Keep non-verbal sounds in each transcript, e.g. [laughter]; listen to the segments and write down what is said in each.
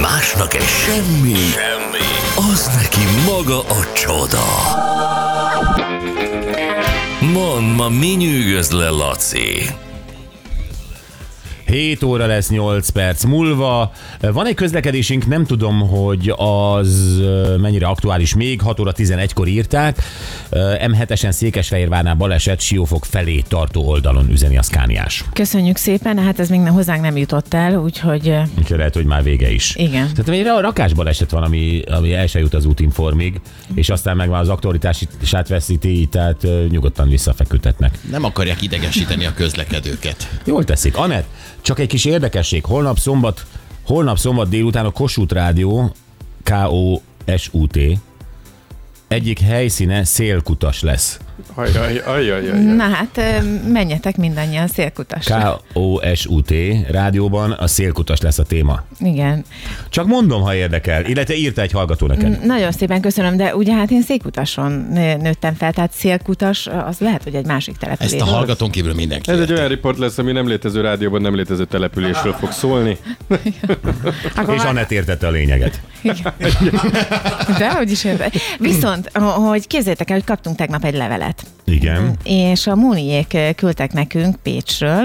Másnak egy semmi, semmi, az neki maga a csoda. Mond, ma mi nyűgöz le, Laci? 7 óra lesz 8 perc múlva. Van egy közlekedésünk, nem tudom, hogy az ö, mennyire aktuális még. 6 óra 11-kor írták. Ö, M7-esen Székesfehérvárnál baleset Siófok felé tartó oldalon üzeni a szkániás. Köszönjük szépen, hát ez még nem, hozzánk nem jutott el, úgyhogy eh, Úgyhogy lehet, hogy már vége is. igen. Tehát egy ra- rakásbaleset van, ami, ami el se jut az útinformig, és aztán meg már az aktualitását veszíti, tehát ö, nyugodtan visszafeküdhetnek. Nem akarják idegesíteni a közlekedőket. Jól teszik. Anett, csak egy kis érdekesség. Holnap szombat, holnap szombat délután a Kossuth Rádió, K-O-S-U-T, egyik helyszíne szélkutas lesz. Ajaj, ajaj, ajaj. Na hát eh, menjetek mindannyian szélkutasra. K-O-S-U-T rádióban a szélkutas lesz a téma. Igen. Csak mondom, ha érdekel, illetve írta egy hallgató neked. Nagyon szépen köszönöm, de ugye hát én székutason nő- nőttem fel, tehát szélkutas az lehet, hogy egy másik település. Ezt a hallgatón kívül mindenki. Ez egy olyan riport lesz, ami nem létező rádióban, nem létező településről fog szólni. Akkor És már- Anett értette a lényeget. De hogy is érde. Viszont, hogy képzeljétek el, hogy kaptunk tegnap egy levelet. Igen. és a Móniék küldtek nekünk Pécsről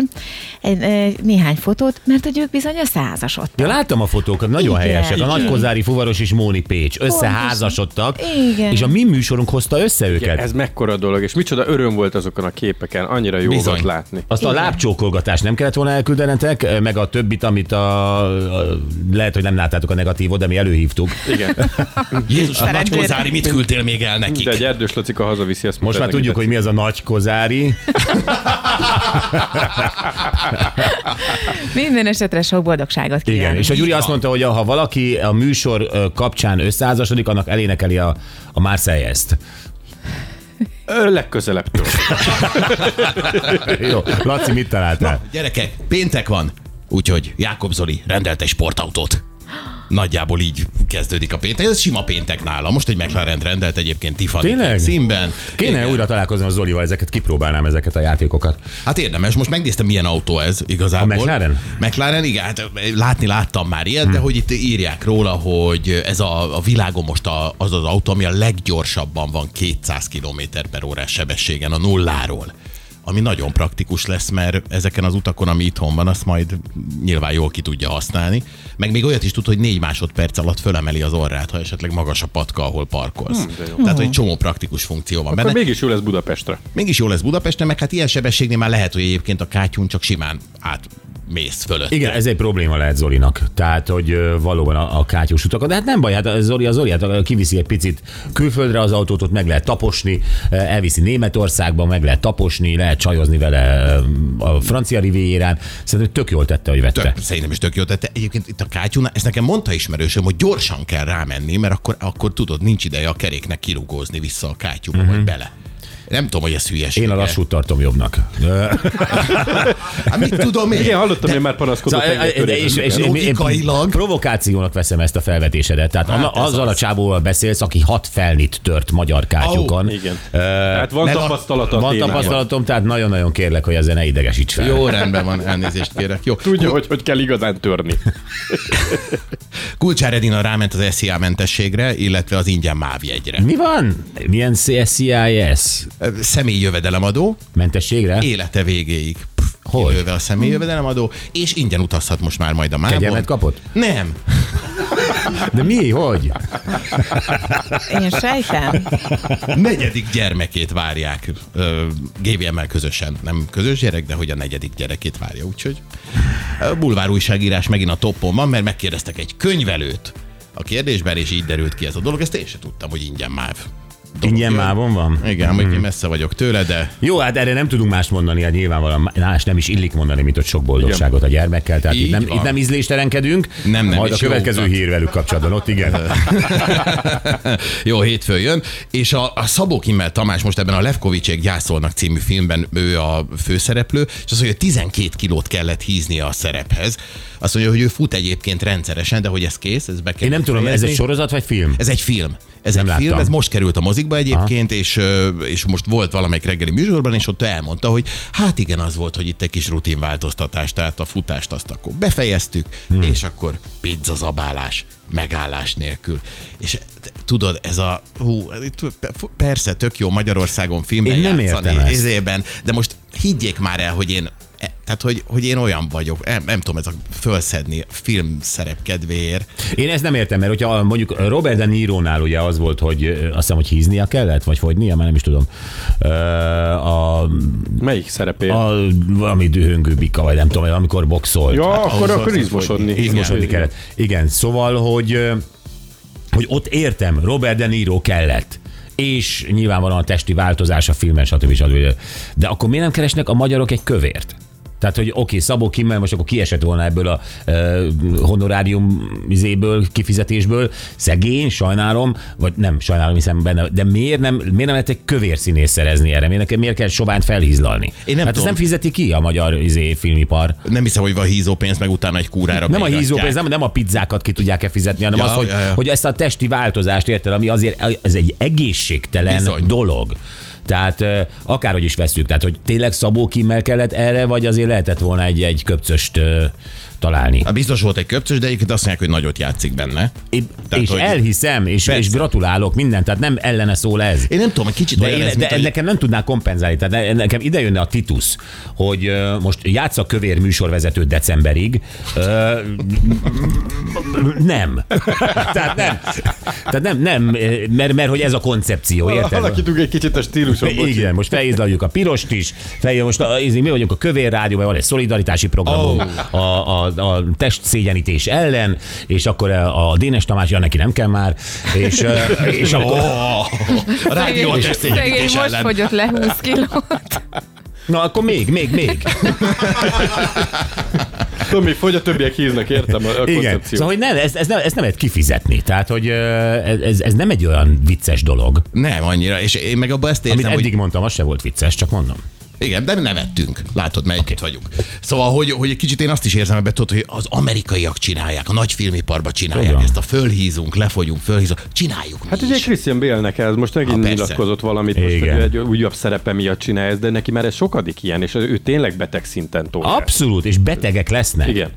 egy, egy, néhány fotót, mert hogy ők bizony összeházasodtak. Ja, láttam a fotókat, nagyon Igen. helyesek. A nagykozári fuvaros és Móni Pécs összeházasodtak, Igen. és a mi műsorunk hozta össze Igen, őket. ez mekkora dolog, és micsoda öröm volt azokon a képeken, annyira jó Bizony. volt látni. Azt Igen. a lábcsókolgatást nem kellett volna elküldenetek, meg a többit, amit a, a, lehet, hogy nem láttátok a negatívot, de mi előhívtuk. Igen. Jézus, a nagy Szerencsére. Kozári, mit küldtél még el De egy nekik? erdős lacika hazaviszi ezt. Most már tudjuk, hogy mi az a nagy kozári. Minden esetre sok boldogságot kívánok. Igen. És a Gyuri azt mondta, hogy ha valaki a műsor ö, kapcsán összeházasodik, annak elénekeli a, a Marseille-ezt. Ö, [laughs] legközelebbtől. Jó, Laci, mit találtál? Gyerekek, péntek van, úgyhogy Jákob Zoli rendelt egy sportautót. Nagyjából így kezdődik a péntek. Ez sima péntek nála. Most egy McLaren rendelt egyébként Tiffany Tényleg? színben. Kéne Igen. újra találkoznom a Zolival, ezeket kipróbálnám, ezeket a játékokat. Hát érdemes, most megnéztem, milyen autó ez igazából. A McLaren? Hm. McLaren, igen, hát látni láttam már ilyet, hmm. de hogy itt írják róla, hogy ez a, a világon most a, az az autó, ami a leggyorsabban van 200 km per órás sebességen a nulláról. Ami nagyon praktikus lesz, mert ezeken az utakon, ami itthon van, azt majd nyilván jól ki tudja használni. Meg még olyat is tud, hogy négy másodperc alatt fölemeli az orrát, ha esetleg magas a patka, ahol parkolsz. Hmm, Tehát, Hm. hogy csomó praktikus funkció van Akkor benne. mégis jó lesz Budapestre. Mégis jó lesz Budapesten, meg hát ilyen sebességnél már lehet, hogy egyébként a kátyún csak simán átmész fölött. Igen, ez egy probléma lehet Zolinak. Tehát, hogy ö, valóban a, a kátyús utakon. De hát nem baj, hát a Zoli az Zoli, hát ö, kiviszi egy picit külföldre az autót, ott meg lehet taposni, ö, elviszi Németországba, meg lehet taposni, lehet csajozni vele ö, a francia rivérán. Szerintem tök jól tette, hogy vette. Tök, szerintem is tök jó tette. Egyébként itt a kátyúnál, ezt nekem mondta ismerősöm, hogy gyorsan kell rámenni, mert akkor, akkor tudod, nincs ideje a keréknek kirugózni vissza a kátyúba, uh-huh. vagy bele. Nem tudom, hogy ez hülyeség. Én a lassút tartom jobbnak. Ö, Hát mit tudom én? Igen, hallottam én már panaszkodott. Szóval, engem e- de- és, körében. és, és, Logikailag. provokációnak veszem ezt a felvetésedet. Tehát hát ez azzal az. a csávóval beszélsz, aki hat felnit tört magyar kátyúkon. Au, Igen. Hát van tapasztalata a Van témában. tapasztalatom, tehát nagyon-nagyon kérlek, hogy ezen ne idegesíts fel. Jó, rendben van, elnézést kérek. Jó. Tudja, hogy hogy kell igazán törni. Kulcsár Edina ráment az SZIA mentességre, illetve az ingyen MÁV jegyre. Mi van? Milyen CSCIS? Személyi jövedelemadó, Mentességre? élete végéig. Pff, Hogy? Jövővel a személyi jövedelemadó, és ingyen utazhat most már majd a mávon. Kegyelmet kapott? Nem. [laughs] De mi? Hogy? Én sejtem. Negyedik gyermekét várják ö, GVM-mel közösen. Nem közös gyerek, de hogy a negyedik gyerekét várja. Úgyhogy ö, bulvár újságírás megint a toppon van, mert megkérdeztek egy könyvelőt a kérdésben, és így derült ki ez a dolog. Ezt én sem tudtam, hogy ingyen máv. dolog Ingyen Mhm. jön. mávon van? Igen, mm-hmm. még messze vagyok tőle, de Jó, hát erre nem tudunk mást mondani, hát nyilvánvalóan más nem is illik mondani, mint hogy sok boldogságot a gyermekkel. Tehát itt Így nem, van. itt nem ízléstelenkedünk. Nem, nem, Majd a és jó Hát. következő utat. hír velük kapcsolatban, ott [laughs] igen. Jó, hétfőn jön, és a, a Szabó Kimmel Tamás most ebben a Levkovicsék gyászolnak című filmben ő a főszereplő, és azt mondja, hogy 12 kilót kellett híznia a szerephez. Azt mondja, hogy ő fut egyébként rendszeresen, de hogy ez kész, ez be kell Én nem tudom, ez fejezni. egy sorozat vagy film? Ez egy film. Ez Nem egy láttam. film, ez most került a mozikba egyébként, és, ö, és most volt valamelyik reggeli műsorban, és ott elmondta, hogy hát igen, az volt, hogy itt egy kis rutinváltoztatás, tehát a futást azt akkor befejeztük, hmm. és akkor pizzazabálás megállás nélkül. És t- tudod, ez a, hú, itt pe- persze tök jó Magyarországon filmben Én nem játszani, értem ezt. izében, de most higgyék már el, hogy én e- tehát, hogy, hogy én olyan vagyok, nem, nem tudom, ez a fölszedni filmszerep kedvéért. Én ezt nem értem, mert hogyha mondjuk Robert De Niro-nál ugye az volt, hogy ö, azt hiszem, hogy híznia kellett, vagy fogynia, már nem is tudom. Ö, A, Melyik szerepé? a, valami dühöngő bika, vagy nem tudom, amikor boxolt. Ja, akkor, ahhoz akkor az- hát izmosodni. Igen. Mosodni kellett. Igen, szóval, hogy, ö, hogy ott értem, Robert De Niro kellett és nyilvánvalóan a testi változás a filmen, stb. stb. De akkor miért nem keresnek a magyarok egy kövért? Tehát, hogy oké, okay, Szabó Kimmel most akkor kiesett volna ebből a e, honorárium izéből, kifizetésből, szegény, sajnálom, vagy nem sajnálom, hiszem benne, de miért nem, miért nem lehet egy kövér színész szerezni erre? Miért, miért kell soványt felhízlalni? Én nem hát ezt tudom. nem fizeti ki a magyar izé, filmipar. Nem hiszem, hogy van hízópénz, meg utána egy kúrára Nem a még hízópénz, adják. nem, nem a pizzákat ki tudják-e fizetni, hanem ja, Ja, az, hogy, ja, ja, ja. ja. hogy ezt a testi változást érted, ami azért ez egy egészségtelen Bizony. Bizony. dolog. Tehát ö, akárhogy is veszük, tehát hogy tényleg Szabó Kimmel kellett erre, vagy azért lehetett volna egy, egy köpcöst ö, találni. Hát Biztos volt egy köpcsös, de egyébként azt mondják, hogy nagyot játszik benne. É, Tehát, és hogy- elhiszem, és, Persze. és gratulálok mindent, tehát nem ellene szól ez. Én nem tudom, egy kicsit De, olyan én, ez, de mint, hogy... nekem nem tudná kompenzálni, tehát ne- nekem ide jönne a Titus, hogy ö, most játsz a kövér műsorvezető decemberig. Ö, nem. [laughs] tehát nem. Tehát nem, nem, ö, mert, mert hogy ez a Ah, koncepció, érted? Alakítunk egy kicsit a stíluson, bocsi. Igen, most felhízlaljuk a pirost is, feljön most, a- ízni, mi vagyunk a kövér rádióban, van egy szolidaritási programunk oh. a, a, a testszégyenítés ellen, és akkor a, a Dénes Tamás, ja, neki nem kell már, és, ö, és akkor... Oh. hogy a rádió a Szegény testényítés most ellen. Hát, fogyott le 20 kilót. Na, akkor még, még, még. Tudom, még fogy, a többiek híznak, értem a, a Igen. Szóval, koncepciót. hogy nem, ezt, ezt, nem, ezt nem lehet kifizetni. Tehát, hogy ö, ez, ez nem egy olyan vicces dolog. Nem annyira, és én meg abban ezt Amit érzem, eddig hogy... mondtam, az se volt vicces, csak mondom. Igen, de nem ettünk. Látod, mert okay. vagyunk. Szóval, hogy, hogy egy kicsit én azt is érzem ebbe, tudod, hogy az amerikaiak csinálják, a nagy filmiparban csinálják Tudom. ezt a fölhízunk, lefogyunk, fölhízunk, csináljuk mi Hát ugye is. Christian Bélnek ez most Ha, Ah, megint persze. nyilatkozott valamit, most, hogy Igen. egy újabb szerepe miatt csinálja ezt, de neki már ez sokadik ilyen, és ő tényleg beteg szinten Ah. tolja. Abszolút, és betegek lesznek. Igen.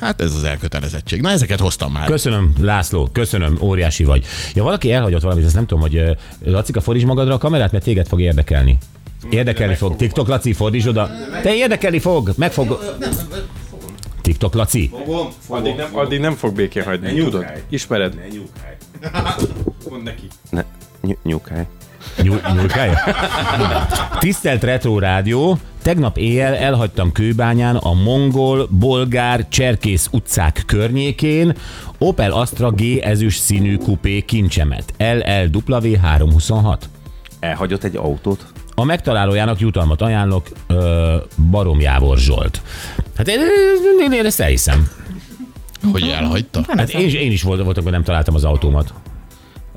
Hát ez az elkötelezettség. Na, ezeket hoztam már. Köszönöm, László, köszönöm, óriási vagy. Ja, valaki elhagyott valamit, ezt nem tudom, hogy ö, Lacika, fordíts magadra a kamerát, mert téged fog érdekelni. Érdekelni fog. TikTok Laci, fordíts oda. Te érdekelni fog, meg fog... TikTok Laci. Fogom, fogom, Addig nem, addig nem fog békén hagyni, Ne tudod? nyúkálj. Ismered? Ne nyúkálj. Mondd neki. Ne. Nyúkálj. Nyúl, nyúlkája? Tisztelt Retro Rádió, tegnap éjjel elhagytam Kőbányán a mongol, bolgár, cserkész utcák környékén Opel Astra G ezüst színű kupé kincsemet, LLW 326. Elhagyott egy autót? A megtalálójának jutalmat ajánlok, ö, Barom Jávor Zsolt. Hát én, én, én ezt elhiszem. Hogy elhagyta? Van Hát az én, is- én is voltam, voltam, hogy nem találtam az autómat.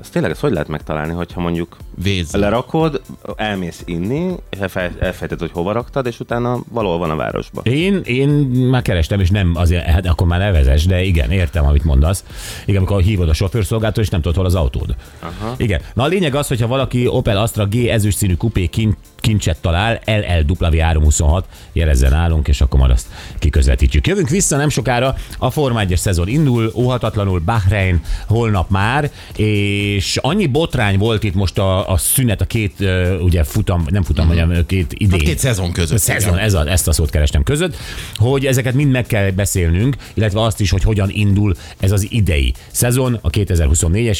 Ezt tényleg ezt hogy lehet megtalálni, hogyha mondjuk Vézz. lerakod, elmész inni, elfej- elfejted, hogy hova raktad, és utána valahol van a városba. Én, én már kerestem, és nem azért, hát akkor már nevezes, de igen, értem, amit mondasz. Igen, amikor hívod a sofőrszolgáltól, és nem tudod, hol az autód. Aha. Igen. Na a lényeg az, hogyha valaki Opel Astra G ezüst színű kupé kin- kincset talál, LLW326, jelezzen nálunk, és akkor majd azt kiközvetítjük. Jövünk vissza nem sokára, a Forma 1 szezon indul, óhatatlanul Bahrein holnap már, és annyi botrány volt itt most a, a szünet, a két, ö, ugye futam, nem futam, hanem ö, két idén. Két szezon között. Szezon, ez a, ezt a szót kerestem között, hogy ezeket mind meg kell beszélnünk, illetve azt is, hogy hogyan indul ez az idei szezon, a 2024-es